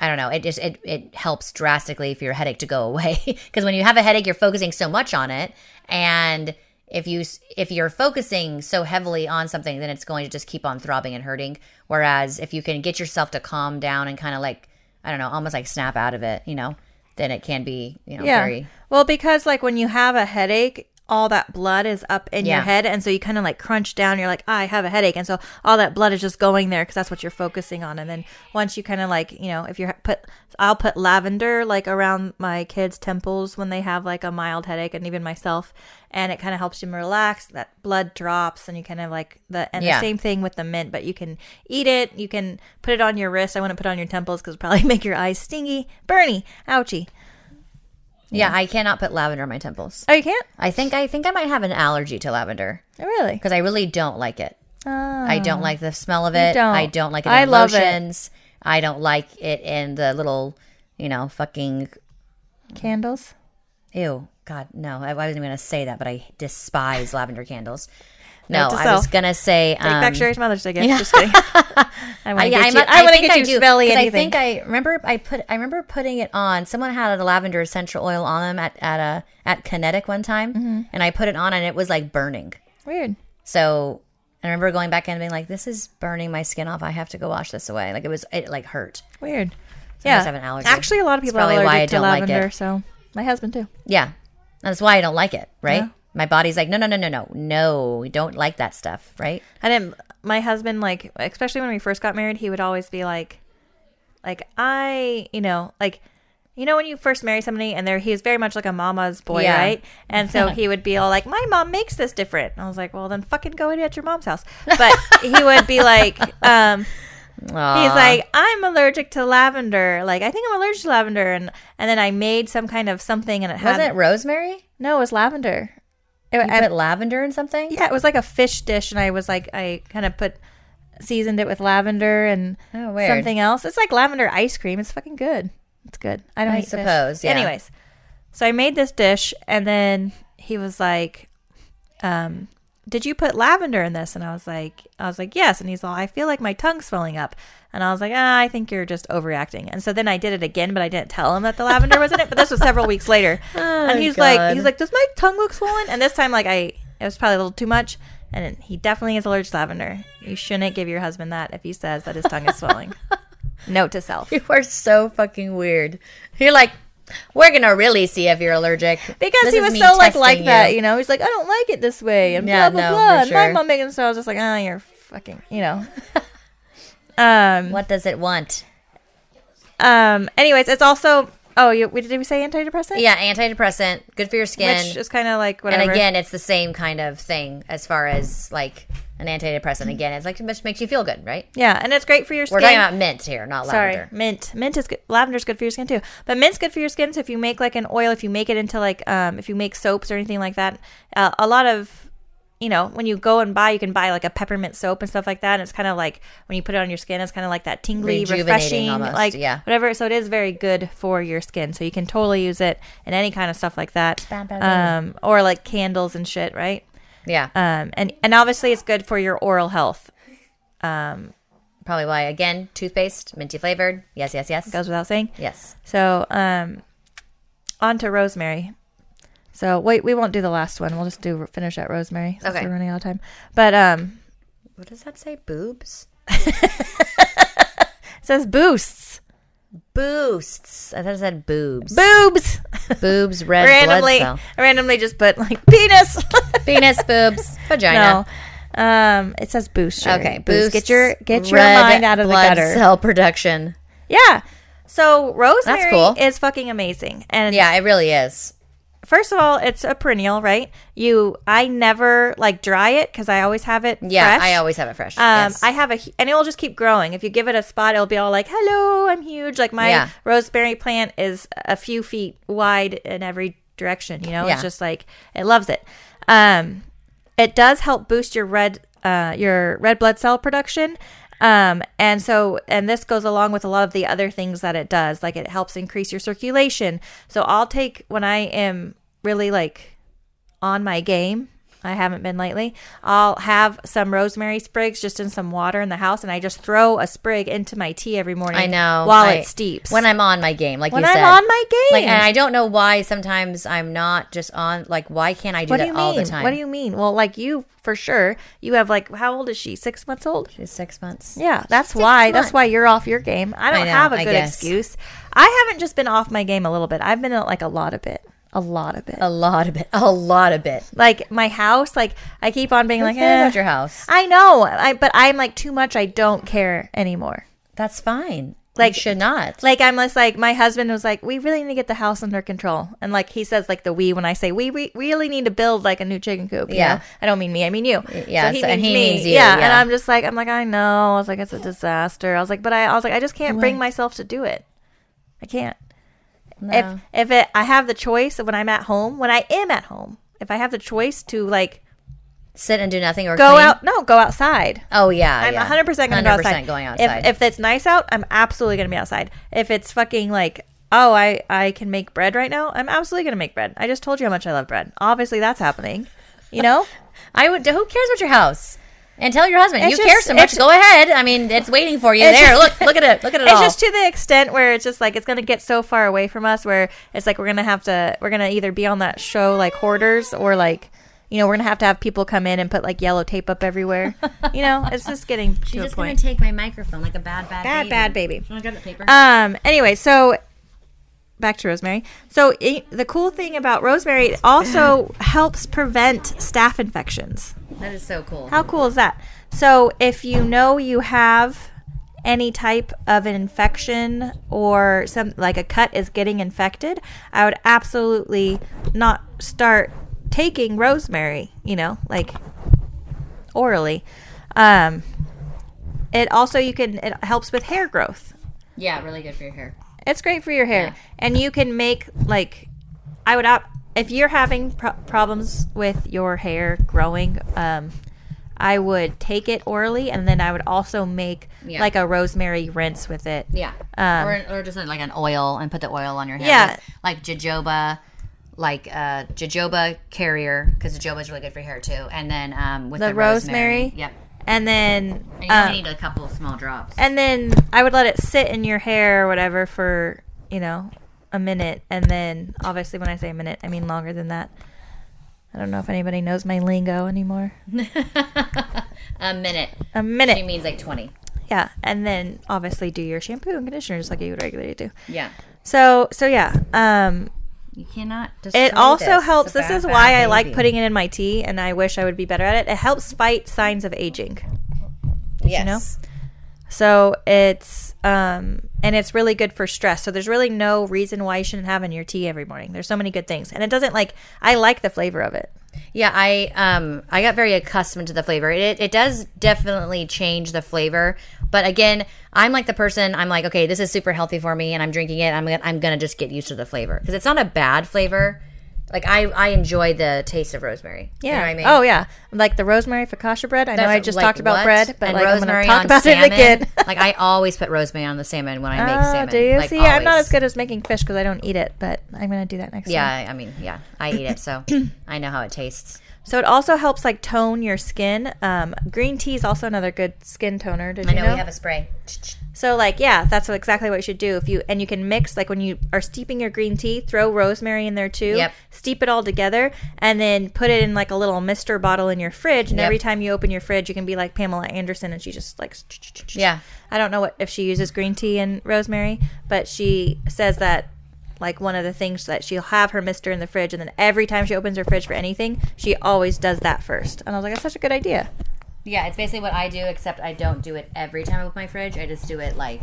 S1: I don't know, it just it it helps drastically for your headache to go away. Because when you have a headache, you're focusing so much on it, and if you s- if you're focusing so heavily on something, then it's going to just keep on throbbing and hurting. Whereas if you can get yourself to calm down and kind of like I don't know, almost like snap out of it, you know, then it can be you know
S2: Yeah.
S1: very
S2: Well, because like when you have a headache, all that blood is up in
S1: Yeah.
S2: your head, and so you kind of like crunch down. You're like, I have a headache, and so all that blood is just going there because that's what you're focusing on. And then once you kind of like, you know, if you're put, I'll put lavender like around my kids' temples when they have like a mild headache, and even myself, and it kind of helps them relax. That blood drops, and you kind of like the and
S1: Yeah.
S2: the same thing with the mint, but you can eat it. You can put it on your wrist. I wouldn't put it on your temples because probably make your eyes stingy, burny, ouchie.
S1: Yeah, I cannot put lavender on my temples.
S2: Oh, you can't.
S1: I think I think I might have an allergy to lavender
S2: Oh, Really?
S1: because I really don't like it. I don't like the smell of it.
S2: Ah. don't.
S1: I don't like it in
S2: I love it.
S1: lotions. I don't like it in the little, you know, fucking
S2: Candles.
S1: ew. God, no. I, I wasn't even gonna say that, but I despise lavender candles. No,
S2: to
S1: I was
S2: self.
S1: gonna say um,
S2: Back Sherry's Mother's Day gift. Just kidding. I want to
S1: yeah,
S2: get
S1: I'm
S2: you.
S1: a-
S2: I, want to
S1: think
S2: get you
S1: do,
S2: smelly
S1: 'cause
S2: anything.
S1: I think I remember I put I remember putting it on. Someone had a lavender essential oil on them at at a at Kinetic one time,
S2: Mm-hmm.
S1: and I put it on, and it was like burning.
S2: Weird.
S1: So I remember going back in and being like, "This is burning my skin off. I have to go wash this away." Like it was, it like hurt.
S2: Weird.
S1: I
S2: yeah.
S1: have an allergy.
S2: Actually, a lot of people are
S1: probably
S2: allergic
S1: why I
S2: to
S1: don't like
S2: lavender.
S1: it.
S2: So my husband too.
S1: Yeah, that's why I don't like it. Right?
S2: Yeah.
S1: My body's like, "No, no, no, no, no, no. We don't like that stuff." Right?
S2: I didn't. My husband, like, especially when we first got married, he would always be like, like I, you know, like, you know, when you first marry somebody, and they're he was very much like a mama's boy,
S1: Yeah.
S2: right? And so he would be all like, "My mom makes this different." And I was like, "Well, then fucking go eat at your mom's house." But he would be like, um, He's
S1: Uh,
S2: like, I'm allergic to lavender. Like, I think I'm allergic to lavender, and and then I made some kind of something, and it had
S1: wasn't it rosemary?
S2: no, it was lavender. um, It,
S1: You
S2: and-
S1: put lavender in something?
S2: yeah, it was like a fish dish, and I was like, I kind of put seasoned it with lavender and
S1: Oh, weird.
S2: something else. It's like lavender ice cream. It's fucking good. It's good. I don't
S1: I
S2: eat fish.
S1: suppose, yeah.
S2: Anyways, so I made this dish, and then he was like, um, "Did you put lavender in this?" And I was like, "I was like, yes." And he's all, "I feel like my tongue's swelling up." And I was like, ah, "I think you're just overreacting." And so then I did it again, but I didn't tell him that the lavender was in it. But this was several weeks later, and he's like,
S1: God.
S2: he's like, "Does my tongue look swollen?" And this time, like, I it was probably a little too much. And he definitely is allergic to lavender. You shouldn't give your husband that if he says that his tongue is swelling. Note to self.
S1: You are so fucking weird. You're like, we're gonna really see if you're allergic
S2: Because
S1: This
S2: he
S1: is
S2: was
S1: me
S2: so like like
S1: testing
S2: that,
S1: you.
S2: you know. He's like, I don't like it this way, and
S1: Yeah,
S2: blah blah
S1: no,
S2: blah.
S1: for
S2: And my
S1: sure.
S2: mom making so I was just like, ah, you're fucking, you know. um.
S1: What does it want?
S2: Um. Anyways, it's also. Oh, you, we- did we say antidepressant?
S1: Yeah, antidepressant, good for your skin.
S2: Which is kind of like whatever.
S1: and again, it's the same kind of thing as far as like an antidepressant. Again, it's like it just makes you feel good, right?
S2: yeah, and it's great for your skin.
S1: We're talking about mint here, not
S2: Sorry,
S1: lavender.
S2: mint. Mint is good. lavender's good for your skin too, but mint's good for your skin. So if you make like an oil, if you make it into like um, if you make soaps or anything like that, uh, a lot of you know when you go and buy, you can buy like a peppermint soap and stuff like that. And it's kind of like when you put it on your skin, it's kind of like that tingly,
S1: Rejuvenating
S2: refreshing,
S1: almost,
S2: like
S1: yeah.
S2: whatever. So it is very good for your skin. So you can totally use it in any kind of stuff like that,
S1: Bam, bam, bam.
S2: um, or like candles and shit, right?
S1: Yeah,
S2: Um, and and obviously it's good for your oral health.
S1: probably why. Again, toothpaste, minty flavored. Yes, yes, yes,
S2: Goes without saying.
S1: yes.
S2: So, um, on to Rosemary. So wait, we won't do the last one. We'll just do finish at Rosemary. since
S1: Okay.
S2: we're running out of time. But um,
S1: What does that say? Boobs,
S2: it says boosts,
S1: boosts. I thought it said boobs.
S2: boobs.
S1: boobs, red
S2: randomly,
S1: blood
S2: I randomly just put like penis.
S1: cell. Penis, boobs, vagina.
S2: no, um, it says boost. Sherry.
S1: Okay,
S2: boost. Get your get your
S1: red
S2: mind out of the
S1: blood
S2: gutter.
S1: Cell production.
S2: Yeah. So Rosemary
S1: cool.
S2: is fucking amazing, and
S1: Yeah, it really is.
S2: first of all, it's a perennial, right? You, I never like dry it because I always have it.
S1: Yeah,
S2: fresh.
S1: I always have it fresh.
S2: Um,
S1: yes.
S2: I have a, hu- and it'll just keep growing. If you give it a spot, it'll be all like, "Hello, I'm huge." Like my
S1: Yeah.
S2: rosemary plant is a few feet wide in every direction. You know,
S1: Yeah.
S2: it's just like it loves it. Um, it does help boost your red, uh, your red blood cell production. Um, and so, and this goes along with a lot of the other things that it does. Like it helps increase your circulation. So I'll take when I am really like on my game. I haven't been lately. I'll have some rosemary sprigs just in some water in the house, and I just throw a sprig into my tea every morning.
S1: I know
S2: while
S1: I-
S2: it steeps.
S1: When I'm on my game, like
S2: when
S1: you
S2: I'm
S1: said,
S2: on my game,
S1: like, and I don't know why sometimes I'm not just on. Like, why can't I do
S2: what do
S1: that
S2: you mean?
S1: all the time?
S2: What do you mean? Well, like you for sure. You have like how old is she? Six months old.
S1: She's six months.
S2: Yeah, that's
S1: Six
S2: why.
S1: months.
S2: That's why you're off your game. I don't
S1: know,
S2: have a
S1: I
S2: good
S1: guess.
S2: excuse. I haven't just been off my game a little bit. I've been like a lot of bit, a lot of bit.
S1: a lot of it. A lot of it.
S2: like my house, like I keep on being like,
S1: Who cares
S2: eh,
S1: about your house.
S2: I know, I, but I'm like too much. I don't care anymore.
S1: That's fine.
S2: Like-
S1: Like, you should not.
S2: Like I'm just like my husband was like, we really need to get the house under control, and like he says like the we when I say we, we really need to build like a new chicken coop. you
S1: Yeah.
S2: know? I don't mean me, I mean you.
S1: yeah, so- and he means you,
S2: Yeah, and
S1: yeah.
S2: I'm just like I'm like I know. I was like it's a disaster. I was like, but I, I was like I just can't bring myself to do it. I can't.
S1: No.
S2: If if it, I have the choice when I'm at home, when I am at home, if I have the choice to like
S1: Sit and do nothing or
S2: go
S1: clean.
S2: out, no, go outside.
S1: Oh yeah,
S2: I'm
S1: yeah.
S2: 100 percent going to go outside.
S1: going
S2: If-
S1: outside.
S2: If, it's nice out, I'm absolutely going to be outside. If it's fucking like, oh, I I can make bread right now, I'm absolutely going to make bread. I just told you how much I love bread. Obviously, that's happening. You know,
S1: I would. Who cares about your house? And tell your husband
S2: It's
S1: you
S2: just-
S1: care so
S2: it's-
S1: much. Go ahead. I mean, it's waiting for you
S2: It's
S1: there.
S2: just-
S1: look, look at it. Look at it
S2: it's
S1: all.
S2: just to the extent where it's just like it's going to get so far away from us where it's like we're going to have to we're going to either be on that show like hoarders or like. You know, we're gonna have to have people come in and put like yellow tape up everywhere. You know, it's just getting to a point.
S1: take my microphone like a bad, bad,
S2: bad, bad baby.
S1: I grab the paper?
S2: Um. Anyway, so back to rosemary. So i the cool thing about rosemary it also helps prevent staph infections.
S1: that is so cool.
S2: How cool is that? So if you know you have any type of an infection or some like a cut is getting infected, I would absolutely not start taking rosemary. You know, like orally. Um, It also you can it helps with hair growth.
S1: Yeah, really good for your hair.
S2: It's great for your hair, and you can make like I would op- if you're having pro- problems with your hair growing. Um, I would take it orally, and then I would also make
S1: Yeah.
S2: like a rosemary rinse with it.
S1: Yeah.
S2: Um,
S1: or, or just like an oil and put the oil on your hair.
S2: Yeah.
S1: Like, like jojoba, like uh, jojoba carrier, because jojoba is really good for your hair too. And then um, with
S2: The
S1: the,
S2: rosemary?
S1: Yep.
S2: And then,
S1: And you
S2: um,
S1: only need a couple of small drops.
S2: and then I would let it sit in your hair or whatever for you know a minute, and then obviously when I say a minute, I mean longer than that. I don't know if anybody knows my lingo anymore.
S1: a minute.
S2: A
S1: She
S2: minute,
S1: means like 20.
S2: yeah, and then obviously do your shampoo and conditioner just like you would regularly do.
S1: Yeah.
S2: So, so yeah, um,
S1: You cannot destroy
S2: it also
S1: this. It's
S2: helps.
S1: a
S2: This
S1: bad,
S2: is
S1: bad
S2: why I like
S1: baby.
S2: putting it in my tea, and I wish I would be better at it. It helps fight signs of aging.
S1: yes.
S2: know? So it's um and it's really good for stress. So there's really no reason why you shouldn't have it in your tea every morning. There's so many good things. And it doesn't like I like the flavor of it.
S1: Yeah, I um I got very accustomed to the flavor. It it does definitely change the flavor, but again, I'm like the person I'm like, okay, this is super healthy for me, and I'm drinking it. I'm gonna, I'm gonna just get used to the flavor because it's not a bad flavor. Like I I enjoy the taste of rosemary. You know what I mean.
S2: Oh yeah. Like the rosemary focaccia bread. I know I
S1: That's-
S2: just
S1: like,
S2: talked about
S1: what?
S2: bread, but
S1: And
S2: like I'm gonna
S1: rosemary
S2: talk
S1: on
S2: about
S1: salmon?
S2: it again.
S1: like I always put rosemary on the salmon when I make
S2: Oh,
S1: salmon.
S2: do you
S1: like,
S2: see? I'm not
S1: always.
S2: as good as making fish because I don't eat it, but I'm gonna do that next
S1: Yeah,
S2: time.
S1: I I mean, yeah, I eat it, so I know how it tastes.
S2: So it also helps like tone your skin. Um, green tea is also another good skin toner. Did
S1: I
S2: you
S1: know,
S2: know?
S1: we have a spray.
S2: So like yeah, that's what- exactly what you should do. If you and you can mix like when you are steeping your green tea, throw rosemary in there too.
S1: Yep.
S2: Steep it all together and then put it in like a little mister bottle in your fridge. And
S1: Yep.
S2: every time you open your fridge, you can be like Pamela Anderson and she just like ch- ch- ch- ch-
S1: Yeah.
S2: I don't know what if she uses green tea and rosemary, but she says that like one of the things that she'll have her mister in the fridge and then every time she opens her fridge for anything, she always does that first. And I was like, that's such a good idea.
S1: Yeah, it's basically what I do, except I don't do it every time I open my fridge. I just do it like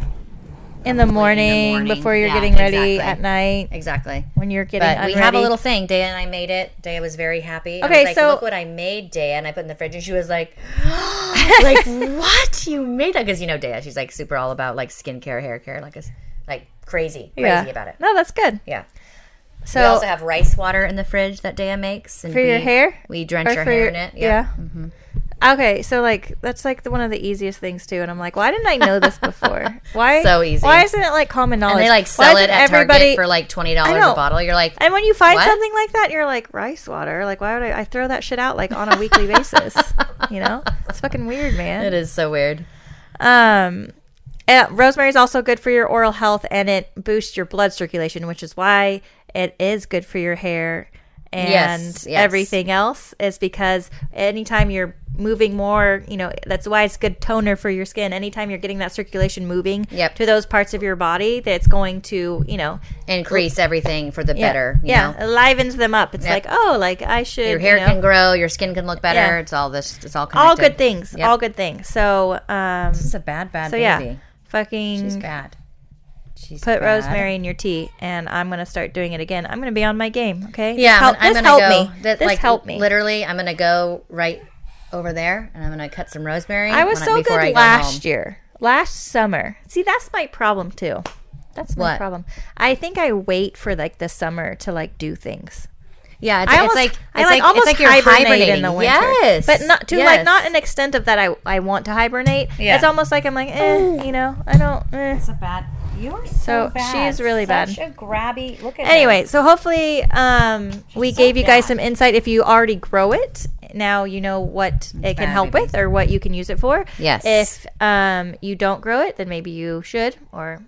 S2: In the morning,
S1: morning.
S2: before you're
S1: Yeah,
S2: getting ready
S1: exactly.
S2: at night.
S1: exactly.
S2: When you're getting
S1: But we have a
S2: unready.
S1: little thing. Daya and I made it. Daya was very happy. I
S2: Okay,
S1: was like,
S2: so-
S1: look what I made, Daya, and I put in the fridge, and she was like, like what you made that? Because you know Daya, she's like super all about like skincare, hair care, like is like crazy, crazy about it.
S2: No, that's good.
S1: Yeah.
S2: So
S1: we also have rice water in the fridge that Daya makes and
S2: for your
S1: we-
S2: hair,
S1: We drench
S2: Or
S1: our
S2: for
S1: hair
S2: your-
S1: in it. Mm-hmm.
S2: Yeah. Okay, so like that's like the, one of the easiest things too, and I'm like, why didn't I know this before? Why
S1: So easy.
S2: Why isn't it like common knowledge?
S1: And they like
S2: Why
S1: sell it
S2: isn't
S1: at
S2: Oh, everybody-
S1: Target for like twenty dollars
S2: know.
S1: a bottle. You're like,
S2: And when you find
S1: What?
S2: something like that, you're like rice water. Like why would I, I throw that shit out like on a weekly basis? You know, it's fucking weird, man.
S1: it is so weird.
S2: Um, uh, rosemary is also good for your oral health, and it boosts your blood circulation, which is why it is good for your hair and
S1: Yes, yes.
S2: everything else. Is because anytime you're moving more, you know, that's why it's good toner for your skin. Anytime you're getting that circulation moving
S1: Yep.
S2: to those parts of your body, that's going to, you know,
S1: Increase everything for the
S2: yeah,
S1: better. You
S2: yeah,
S1: Know?
S2: it livens them up. It's like, oh, like I should.
S1: your hair
S2: you know,
S1: can grow, your skin can look better.
S2: Yeah.
S1: It's all this. It's all connected.
S2: all good things,
S1: Yep.
S2: all good things. So, um,
S1: This is a bad, bad
S2: so
S1: baby.
S2: yeah, fucking
S1: She's bad. She's
S2: put
S1: bad.
S2: rosemary in your tea and i'm gonna start doing it again i'm gonna be on my game okay
S1: Yeah,
S2: this help,
S1: I'm,
S2: this
S1: gonna
S2: help
S1: go.
S2: me
S1: That,
S2: this
S1: like,
S2: helped me
S1: Literally, I'm gonna go right over there, and I'm gonna cut some rosemary.
S2: i was
S1: when
S2: so
S1: before I
S2: good
S1: go home.
S2: last year last summer see that's my problem too that's my
S1: What?
S2: problem i think i wait for like the summer to like do things
S1: Yeah, it's,
S2: I
S1: it's
S2: almost,
S1: like
S2: I
S1: it's
S2: like,
S1: like,
S2: almost
S1: it's like you're
S2: hibernate
S1: hibernating
S2: in the winter,
S1: Yes,
S2: but not to like
S1: Yes.
S2: not an extent of that. I I want to hibernate.
S1: Yeah.
S2: It's almost like I'm like, eh, you know, I don't. Eh.
S1: It's a bad. You're
S2: So, bad. she's really Such
S1: a grabby. Look at
S2: Anyway, so hopefully um, we gave you guys some insight. If you already grow it, now you know what it can
S1: bad,
S2: help
S1: baby.
S2: with or what you can use it for.
S1: Yes.
S2: If um, you don't grow it, then maybe you should, or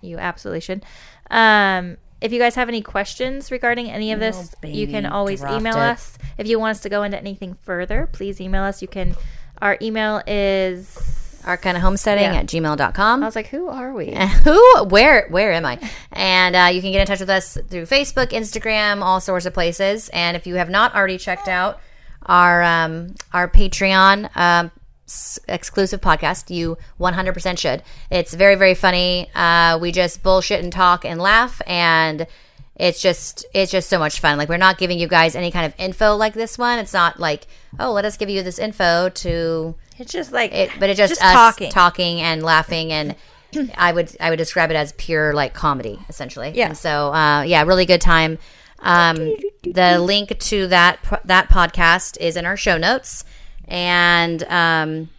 S2: you absolutely should. Um, if you guys have any questions regarding any of this, you can
S1: baby
S2: always
S1: dropped
S2: email
S1: it.
S2: us. If you want us to go into anything further, please email us. You can. Our email is.
S1: our kind of homesteading
S2: Yeah.
S1: at gmail.com.
S2: I was like, who are we?
S1: Eh. who where where am i and uh, you can get in touch with us through facebook instagram all sorts of places and if you have not already checked out our um, our patreon um, s- exclusive podcast you 100% should it's very very funny uh, we just bullshit and talk and laugh and it's just it's just so much fun like we're not giving you guys any kind of info like this one it's not like oh let us give you this info to
S2: It's just like
S1: It, but it just, us talking. and laughing and I would I would describe it as pure like comedy essentially.
S2: Yeah.
S1: And so uh, yeah, really good time. Um, the link to that po- that podcast is in our show notes, and um,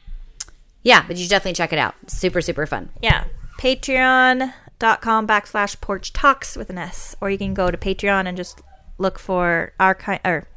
S1: yeah, but you should definitely check it out. Super super fun.
S2: Yeah. Patreon.com backslash porch talks with an S. Or you can go to Patreon and just look for our kind or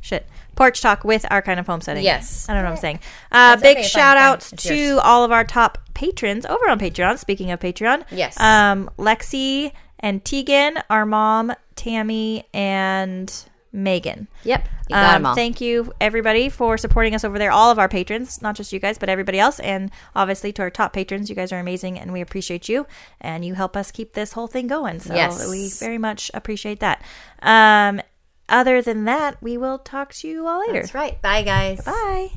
S2: shit. Porch talk with our kind of home setting.
S1: Yes.
S2: I don't know what I'm saying. Uh, big
S1: okay, fine,
S2: shout
S1: fine.
S2: outs
S1: It's
S2: to
S1: yours.
S2: all of our top patrons over on Patreon. Speaking of Patreon.
S1: Yes.
S2: Um, Lexi and Tegan, our mom, Tammy, and Megan.
S1: Yep, you got
S2: Um,
S1: them all.
S2: Thank you, everybody, for supporting us over there. All of our patrons, not just you guys, but everybody else. And obviously to our top patrons, you guys are amazing and we appreciate you. And you help us keep this whole thing going. So
S1: Yes.
S2: we very much appreciate that. Um, other than that, we will talk to you all later.
S1: That's right. Bye guys.
S2: Bye.